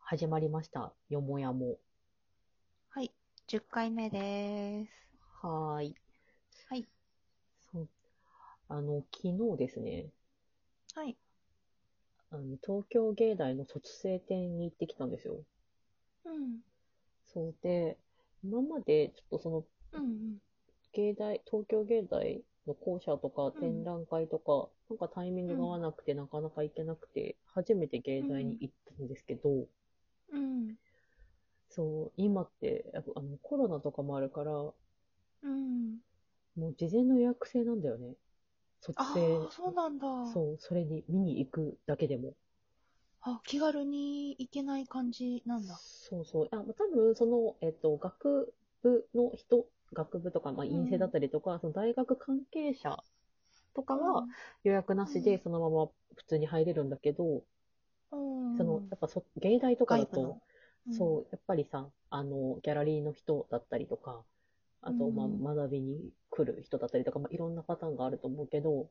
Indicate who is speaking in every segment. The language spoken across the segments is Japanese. Speaker 1: 始まりました。よもやも。
Speaker 2: はい、10回目です。
Speaker 1: はーい。
Speaker 2: はい。
Speaker 1: そう。あの、昨日ですね、
Speaker 2: はい。
Speaker 1: あの東京芸大の卒生展に行ってきたんですよ。
Speaker 2: うん。
Speaker 1: そうで、今までちょっとその
Speaker 2: うん。
Speaker 1: 芸大、東京芸大の校舎とか
Speaker 2: うん
Speaker 1: 展覧会とか、なんかタイミングが合わなくてなかなか行けなくて、初めて芸大に行ったんですけど、
Speaker 2: うん。
Speaker 1: そう、今って、やっぱあのコロナとかもあるから、も
Speaker 2: うん。
Speaker 1: う事前の予約制なんだよね。卒
Speaker 2: あ
Speaker 1: 生
Speaker 2: あ、そうなんだ。
Speaker 1: そう、それに見に行くだけでも。
Speaker 2: あ、気軽に行けない感じなんだ。
Speaker 1: そうそう。あ、まあ多分、その、えっと、学部の人、学部とか、まあ、
Speaker 2: うん
Speaker 1: 院生だったりとか、その大学関係者とかは予約なし
Speaker 2: う
Speaker 1: で、
Speaker 2: ん
Speaker 1: そのまま普通に入れるんだけど、
Speaker 2: うん、
Speaker 1: その、やっぱそ、芸大とかだ
Speaker 2: 外
Speaker 1: と
Speaker 2: 部の、うん
Speaker 1: そう、やっぱりさ、あの、ギャラリーの人だったりとか、あと、
Speaker 2: うん
Speaker 1: まあ、学びに来る人だったりとか、まあ、いろんなパターンがあると思うけど、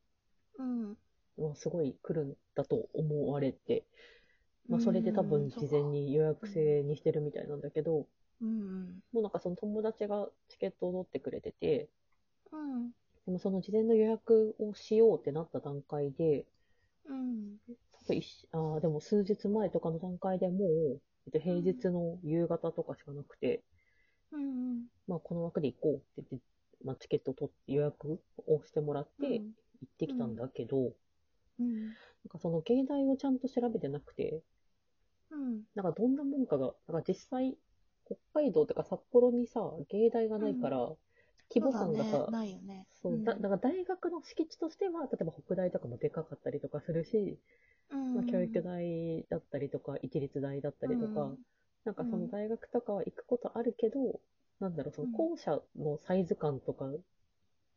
Speaker 2: うん。
Speaker 1: まあ、すごい来るんだと思われて、まあ、それで多分事前に予約制にしてるみたいなんだけど、
Speaker 2: うん。
Speaker 1: もうなんかその友達がチケットを取ってくれてて、
Speaker 2: そうかうん。
Speaker 1: でもその事前の予約をしようってなった段階で、
Speaker 2: うん。
Speaker 1: 多分一あーでも数日前とかの段階でもう、えっと、平日の夕方とかしかなくて、
Speaker 2: うん。
Speaker 1: まあこの枠で行こうって言って、まあ、チケットを取って予約をしてもらって
Speaker 2: う
Speaker 1: 行
Speaker 2: ん
Speaker 1: ってきたんだけど、
Speaker 2: うん。
Speaker 1: なんかその芸大をちゃんと調べてなくて、
Speaker 2: うん。
Speaker 1: なんかどんなもんかが、なんか実際、北海道とか札幌にさ、芸大がないから、規模感が
Speaker 2: そう
Speaker 1: さ
Speaker 2: だね、ないよね。
Speaker 1: そう、だ
Speaker 2: うん
Speaker 1: だから大学の敷地としては、例えば北大とかもでかかったりとかするし、
Speaker 2: うん
Speaker 1: まあ、教育大だったりとか、一律大だったりとか、
Speaker 2: うん
Speaker 1: なんかその
Speaker 2: うん
Speaker 1: 大学とかは行くことあるけど、なんだろう、その
Speaker 2: うん
Speaker 1: 校舎のサイズ感とか、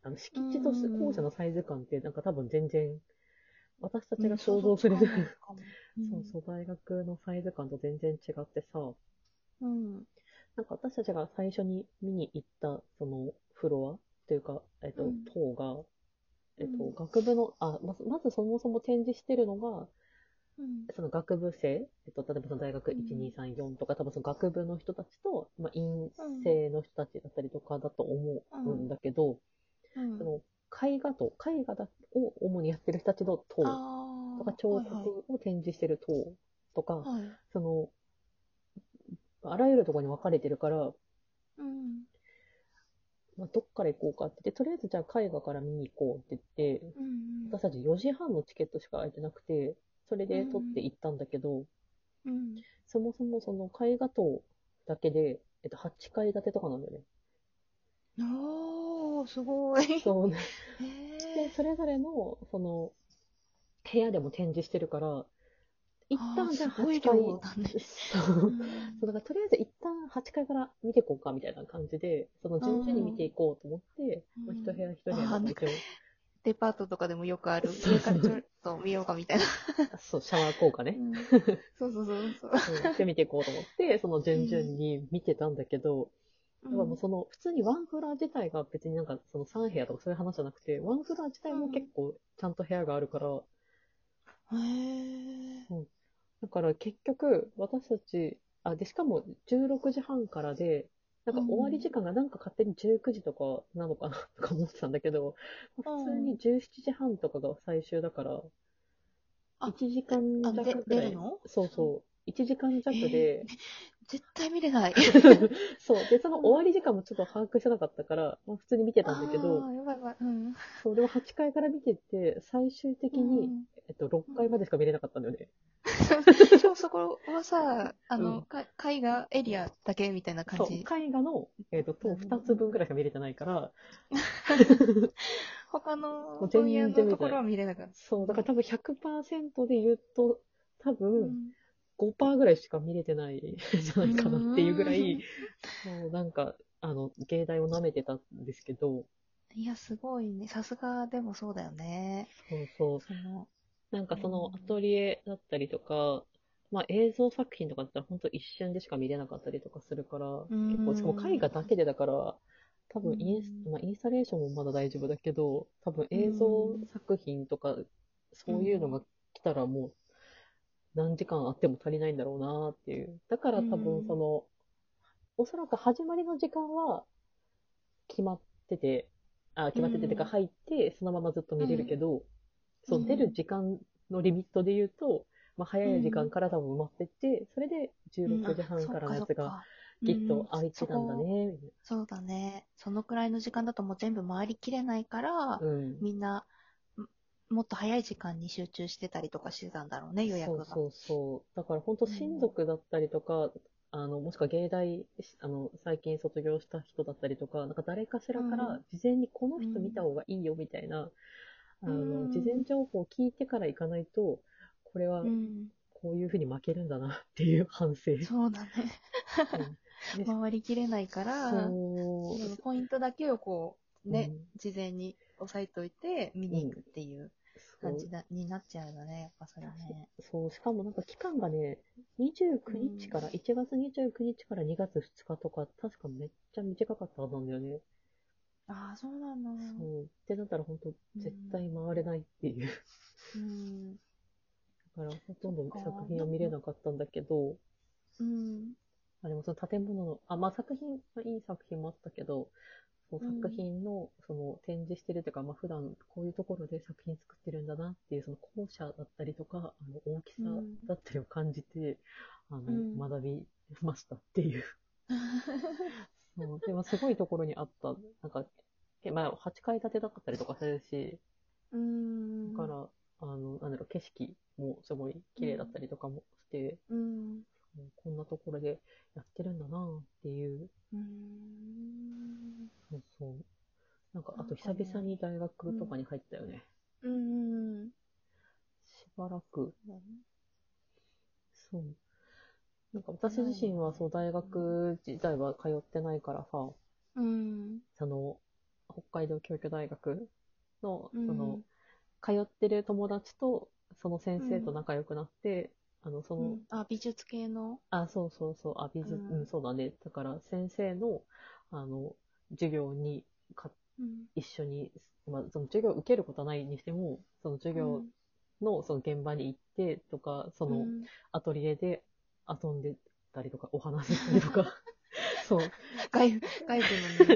Speaker 1: あの敷地として
Speaker 2: うん
Speaker 1: 校舎のサイズ感って、なんか多分全然、私たち
Speaker 2: う
Speaker 1: が
Speaker 2: ん
Speaker 1: 想像する、
Speaker 2: 想像つかないかも
Speaker 1: そうそう、大学のサイズ感と全然違ってさ、
Speaker 2: うん。うん。
Speaker 1: なんか私たちが最初に見に行ったそのフロアというか、えっと
Speaker 2: うん、
Speaker 1: 塔が、えっ
Speaker 2: う
Speaker 1: と、
Speaker 2: ん
Speaker 1: 学部の、あ、まず、まずそもそも展示してるのが、
Speaker 2: うん。
Speaker 1: その学部生、えっと、例えばその大学
Speaker 2: うん
Speaker 1: 1234とか、多分その学部の人たちと、まあ、院生の人たちだったりとかだと思うんだけど、
Speaker 2: うん
Speaker 1: その絵画と、絵画だを主にやってる人たちの塔と
Speaker 2: ああ
Speaker 1: か、彫刻を展示してる塔とか、
Speaker 2: はいはいはい
Speaker 1: その、あらゆるところに分かれてるから、
Speaker 2: うん
Speaker 1: まあ、どっから行こうかって言って、とりあえずじゃあ絵画から見に行こうって言って、
Speaker 2: うん
Speaker 1: 私たち4時半のチケットしか空いてなくて、それで取って行ったんだけど、
Speaker 2: うん
Speaker 1: そもそもその絵画塔だけで、えっと、8階建てとかなんだよね。
Speaker 2: おー、すごい。へ
Speaker 1: そうね。
Speaker 2: え
Speaker 1: で、それぞれの、その、部屋でも展示してるから、一
Speaker 2: あ
Speaker 1: 旦
Speaker 2: ー
Speaker 1: じゃあ
Speaker 2: すごい
Speaker 1: 8階、
Speaker 2: 量だね
Speaker 1: そう。そうだからとりあえず一旦8階から見ていこうかみたいな感じで、その順々に見ていこうと思って、
Speaker 2: うん
Speaker 1: まあ、一部屋一部屋
Speaker 2: あー
Speaker 1: 一応
Speaker 2: デパートとかでもよくある、上からちょっと見ようかみたいな。
Speaker 1: そう、シャワー効果ね。
Speaker 2: うんそうそうそうそう。
Speaker 1: うんしてみていこうと思って、 その順々に見てたんだけど、やっぱもうその、普通にワンフロア自体が別になんかその3部屋とかそういう話じゃなくて、ワンフロア自体も結構ちゃんと部屋があるから、
Speaker 2: へえ。
Speaker 1: だから結局私たち、あ、で、しかも16時半からで、なんか終わり時間がなんか勝手に19時とかなのかなとか思ってたんだけど、
Speaker 2: うん
Speaker 1: 普通に17時半とかが最終だから、
Speaker 2: あ
Speaker 1: 1時間
Speaker 2: あ、で
Speaker 1: 弱、ぐ
Speaker 2: 出
Speaker 1: ら
Speaker 2: る
Speaker 1: い。
Speaker 2: の
Speaker 1: そうそう。1時間弱で、
Speaker 2: 絶対見れない。
Speaker 1: そう。で、その終わり時間もちょっと把握してなかったから、まあ、普通に見てたんだけ
Speaker 2: あ
Speaker 1: ど、
Speaker 2: ーやばいやばい。うん。
Speaker 1: そう、でも8階から見てって、最終的に、
Speaker 2: うん
Speaker 1: えっと、6階までしか見れなかったんだよね。
Speaker 2: そうそこはさ、あ
Speaker 1: うん
Speaker 2: の、か絵画エリアだけみたいな
Speaker 1: そ
Speaker 2: 感
Speaker 1: う、
Speaker 2: じ
Speaker 1: 絵。画の、えっと、塔2つ分ぐらいしか見れてないから、
Speaker 2: 他
Speaker 1: も
Speaker 2: の
Speaker 1: う全
Speaker 2: 分
Speaker 1: 然見れな
Speaker 2: 野の
Speaker 1: い
Speaker 2: ところは見れなかった。
Speaker 1: そう、だから多分100%で言うと、多
Speaker 2: う
Speaker 1: 分
Speaker 2: ん
Speaker 1: 5%ぐらいしか見れてない じゃないかなっていうぐら
Speaker 2: う
Speaker 1: い、そう、なんか、あの、芸大を舐めてたんですけど、
Speaker 2: いや、すごいね。さすが、でもそうだよね。
Speaker 1: そうそう、
Speaker 2: その、
Speaker 1: なんかその
Speaker 2: うん
Speaker 1: アトリエだったりとか、まあ映像作品とかだったら本当一瞬でしか見れなかったりとかするから、
Speaker 2: ん
Speaker 1: 結構、しかも絵画だけでだから、多分インス、
Speaker 2: うん
Speaker 1: まあインスタレーションもまだ大丈夫だけど、多分映像作品とか、そういうのが来たらもう、何時間あっても足りないんだろうなっていう。だから多
Speaker 2: う
Speaker 1: 分
Speaker 2: ん
Speaker 1: その、おそらく始まりの時間は決まってて、あ、決まってててか
Speaker 2: うん
Speaker 1: 入って、そのままずっと見れるけど、そうの
Speaker 2: ん
Speaker 1: 出る時間のリミットで言うと、まあ、早い時間から多分埋まってって、それで16時半からのやつがギッと空いてたんだね、みたい
Speaker 2: そっかそっかうんそこそうだね。そのくらいの時間だともう全部回りきれないから、
Speaker 1: な。うん。
Speaker 2: みんな、んもっと早い時間に集中してたりとかしてたんだろうね、予約が。
Speaker 1: そうそうそう。だから本当親族だったりとか、あの、もしくは芸大、あの、最近卒業した人だったりとか、なんか誰かしらか
Speaker 2: う
Speaker 1: ら
Speaker 2: ん
Speaker 1: 事前にこの人見た方がいいよみたいな、あ
Speaker 2: う
Speaker 1: の、
Speaker 2: ん
Speaker 1: 事前情報を聞いてから行かないと、これは
Speaker 2: うん、
Speaker 1: こういうふうに負けるんだなっていう反省。
Speaker 2: そうだね。
Speaker 1: うん
Speaker 2: 回りきれないから、
Speaker 1: そう
Speaker 2: そのポイントだけをこう、ね、
Speaker 1: うん
Speaker 2: 事前に押さえといて、見に行くっていう
Speaker 1: そう
Speaker 2: 感じだ、になっちゃうんだね、やっぱそれね。
Speaker 1: そう、しかもなんか期間がね、29日から、
Speaker 2: うん
Speaker 1: 1月29日から2月2日とか、確かめっちゃ短かったはずなんだよね。
Speaker 2: ああ、そうなんだ。
Speaker 1: そう。ってなったら本当絶対回れないっていう。
Speaker 2: うん。
Speaker 1: だからほとんど作品は見れなかったんだけど、
Speaker 2: うん。
Speaker 1: あでもその建物の、あ、まあ作品、まあ、いい作品もあったけど、そう
Speaker 2: うん
Speaker 1: 作品の、その展示してるというか、まあ普段こういうところで作品作ってるんだなっていう、その校舎だったりとか、あの大きさ
Speaker 2: うん
Speaker 1: だったりを感じて、あ
Speaker 2: うん
Speaker 1: の、学びましたっていう。そうでもすごいところにあった、なんか、けまあ8階建てだったりとかするし、
Speaker 2: うん。
Speaker 1: だから、あの、なんだろう、景色もすごい綺麗だったりとかもして、
Speaker 2: うん。
Speaker 1: うんこんなところでやってるんだなっていう、
Speaker 2: うん。
Speaker 1: そうそう。なんか、あ
Speaker 2: な
Speaker 1: と
Speaker 2: んか
Speaker 1: 久
Speaker 2: ね
Speaker 1: 々に大学とかに入ったよね。
Speaker 2: うん。
Speaker 1: しばらく、そう。なんか私自身はそう、大学時代は通ってないからさ、
Speaker 2: うん。
Speaker 1: その、北海道教育大学の、
Speaker 2: うん
Speaker 1: その、通ってる友達と、その先生と仲良くなって、あの、その、
Speaker 2: あ、美術系の。
Speaker 1: あ、そうそうそう、あ、美術、
Speaker 2: うん
Speaker 1: うん、そうだね。だから、先生の、あの、授業にか、
Speaker 2: うん。
Speaker 1: 一緒に、まあ、その授業を受けることはないにしても、その授業の、その現場に行ってとか、その
Speaker 2: うん
Speaker 1: アトリエで遊んでたりとか、お話ししたりと か、そう、。
Speaker 2: 外部、外部の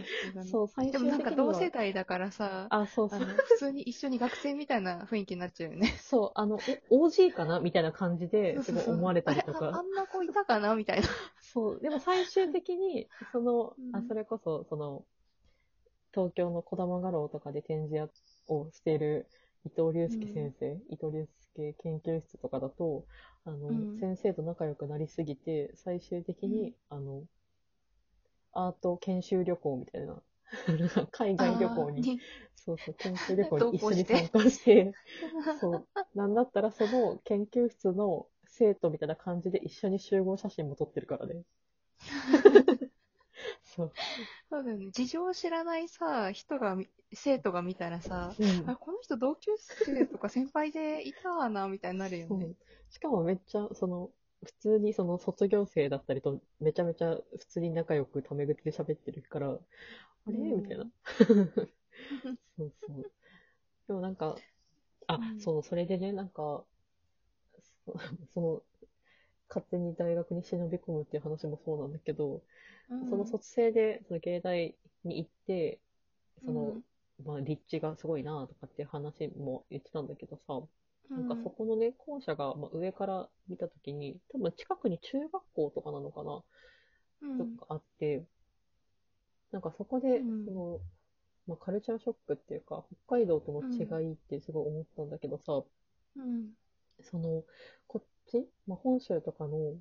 Speaker 2: ね
Speaker 1: そう、最
Speaker 2: で
Speaker 1: 終的に
Speaker 2: もな
Speaker 1: は
Speaker 2: んか同世代だからさ、
Speaker 1: あ、そうそ
Speaker 2: あ
Speaker 1: う
Speaker 2: の、 普通に一緒に学生みたいな雰囲気になっちゃうよ ね。
Speaker 1: そう、あの、え OG かなみたいな感じで、すごい思われたりと
Speaker 2: あれああ
Speaker 1: か。
Speaker 2: んな子いたかなみたい な。
Speaker 1: そう、でも最終的 に、その、
Speaker 2: うん
Speaker 1: あ、それこそ、その、東京の児玉画廊とかで展示をしている伊藤隆介先生、伊藤隆介研究室とかだと、あの、
Speaker 2: うん
Speaker 1: 先生と仲良くなりすぎて、最終的に、あの、アート研修旅行みたいな、 海外旅行に、そうそう、研修旅行に一緒に
Speaker 2: 同行
Speaker 1: 参
Speaker 2: して
Speaker 1: 加して、そう。なんだったらその研究室の生徒みたいな感じで一緒に集合写真も撮ってる からね。そう。
Speaker 2: そうだよね。事情を知らないさ、人がみ、生徒が見たらさ、
Speaker 1: うん
Speaker 2: あ、この人同級生とか先輩でいたわな、みたいになるよ
Speaker 1: そ
Speaker 2: ね。
Speaker 1: うしかもめっちゃ、その、普通にその卒業生だったりとめちゃめちゃ普通に仲良くタメ口で喋ってるから、あれ
Speaker 2: うん
Speaker 1: みたい な。そうそう。でもなんか、あ、
Speaker 2: うん
Speaker 1: そう、それでね、なんか、そその、勝手に大学に忍び込むっていう話もそうなんだけど、
Speaker 2: うん
Speaker 1: その卒生で、その芸大に行って、その、
Speaker 2: うん
Speaker 1: まあ、立地がすごいなとかっていう話も言ってたんだけどさ、
Speaker 2: う
Speaker 1: なんかそこのね、校舎が、まあ、上から見たときに、多分近くに中学校とかなのかな、
Speaker 2: うん
Speaker 1: とかあって、なんかそこで、
Speaker 2: うん
Speaker 1: その、まあ、カルチャーショックっていうか、北海道との違いってすごい思ったんだけどさ、
Speaker 2: うん。
Speaker 1: その、こっち、まあ、本州とかの、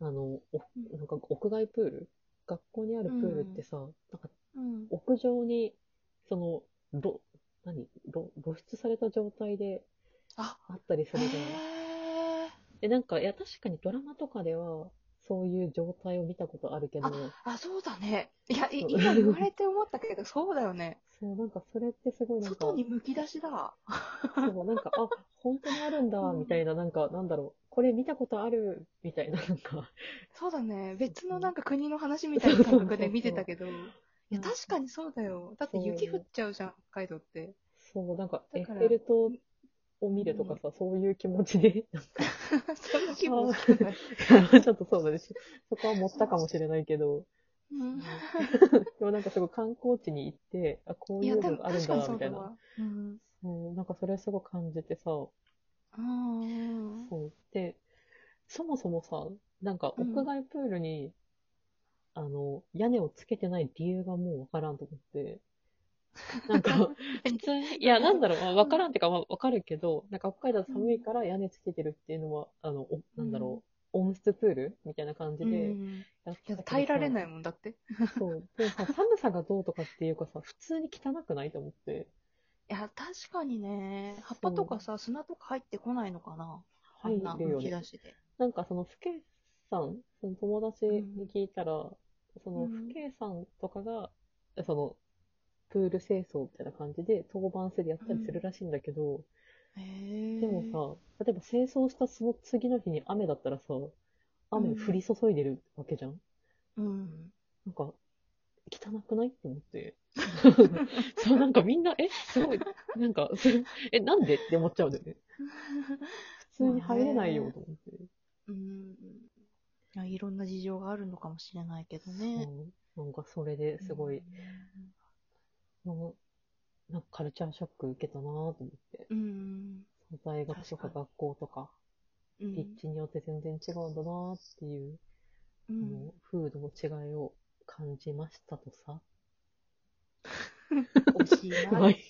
Speaker 1: あの、お
Speaker 2: うん
Speaker 1: なんか屋外プール学校にあるプールってさ、なんか
Speaker 2: うん。
Speaker 1: 屋上に、その、ろ、何ろ露出された状態で
Speaker 2: あ、
Speaker 1: あったりす
Speaker 2: へ
Speaker 1: るじゃないで、
Speaker 2: え。
Speaker 1: なんか、いや、確かにドラマとかでは、そういう状態を見たことあるけど、
Speaker 2: あ、そうだね。いや、い
Speaker 1: そう
Speaker 2: 今言われて思ったけど、そうだよね。
Speaker 1: そう、なんかそれってすごい なんか
Speaker 2: 外、にむき出しだ。
Speaker 1: そう、なんか、あ、本当にあるんだ、
Speaker 2: うん
Speaker 1: みたいな、なんか、なんだろう、これ見たことある、みたいな、なんか、
Speaker 2: そうだね。別
Speaker 1: そう
Speaker 2: のなんか国の話みたいな感覚で見てたけど。いや、
Speaker 1: うん
Speaker 2: 確かにそうだよ。だって雪降っちゃうじゃん、北海道って。
Speaker 1: そう、なんか、エ
Speaker 2: だ
Speaker 1: ッ
Speaker 2: から
Speaker 1: フェル塔を見るとかさ、そういう気持ちで、なんか、
Speaker 2: その規模
Speaker 1: あ
Speaker 2: 少ない。
Speaker 1: ちょっとそうだね。そこは持ったかもしれないけど、
Speaker 2: うん
Speaker 1: でもなんかすごい観光地に行って、あ、こう
Speaker 2: い
Speaker 1: い
Speaker 2: や、
Speaker 1: う
Speaker 2: で
Speaker 1: の
Speaker 2: も
Speaker 1: がある
Speaker 2: 確
Speaker 1: んだ
Speaker 2: か
Speaker 1: な、
Speaker 2: に
Speaker 1: み
Speaker 2: そう
Speaker 1: たい
Speaker 2: だ
Speaker 1: な。
Speaker 2: わ。うん。
Speaker 1: うん、なんかそれすごい感じてさ、そ
Speaker 2: うん。
Speaker 1: う。で、そもそもさ、なんか
Speaker 2: うん
Speaker 1: 屋外プールに、あの、屋根をつけてない理由がもうわからんと思 って。なんか、普通に、いや、なんだろう、まあわからんってか、まあわかるけど、なんか北海道寒いから屋根つけてるっていうのは、あの、おなんだろう、温室プールみたいな感じ
Speaker 2: う
Speaker 1: で
Speaker 2: ん
Speaker 1: やってたけど
Speaker 2: いや
Speaker 1: さ
Speaker 2: 耐えられないもんだって。い
Speaker 1: そう。でもさ、寒さがどうとかっていうかさ、普通に汚くないと思って。
Speaker 2: や、確かにね、葉っぱとかさ、砂とか入ってこないのかな。あ
Speaker 1: 入
Speaker 2: んな
Speaker 1: る
Speaker 2: む
Speaker 1: よ
Speaker 2: き
Speaker 1: ね。
Speaker 2: 出しで。
Speaker 1: なんかその、ふけさん、その友達に聞いたら、その、
Speaker 2: う
Speaker 1: ふ
Speaker 2: ん
Speaker 1: けさんとかが、その、プール清掃みたいな感じで、当番制でやったりするらしいんだけど、
Speaker 2: へえ。
Speaker 1: でもさ、例えば清掃したその次の日に雨だったらさ、雨降り注いでるわけじゃん、
Speaker 2: さ、うん。
Speaker 1: なんか、汚くないって思って。そう、なんかみんな、え、すごい、なんか、それえ、なんでって思っちゃうんだよね。普通に入れないよと思って。
Speaker 2: うん。いや、いろんな事情があるのかもしれないけどね。
Speaker 1: うん、なんかそれですごい、もうなんかカルチャーショック受けたなぁと思って。
Speaker 2: うん。
Speaker 1: 大学とか
Speaker 2: 確か
Speaker 1: 学校とか、
Speaker 2: うん。うん
Speaker 1: 立地によって全然違うんだなぁっていう、あ
Speaker 2: うん
Speaker 1: の、風土の違いを感じましたとさ。
Speaker 2: 惜しい な。
Speaker 1: はい。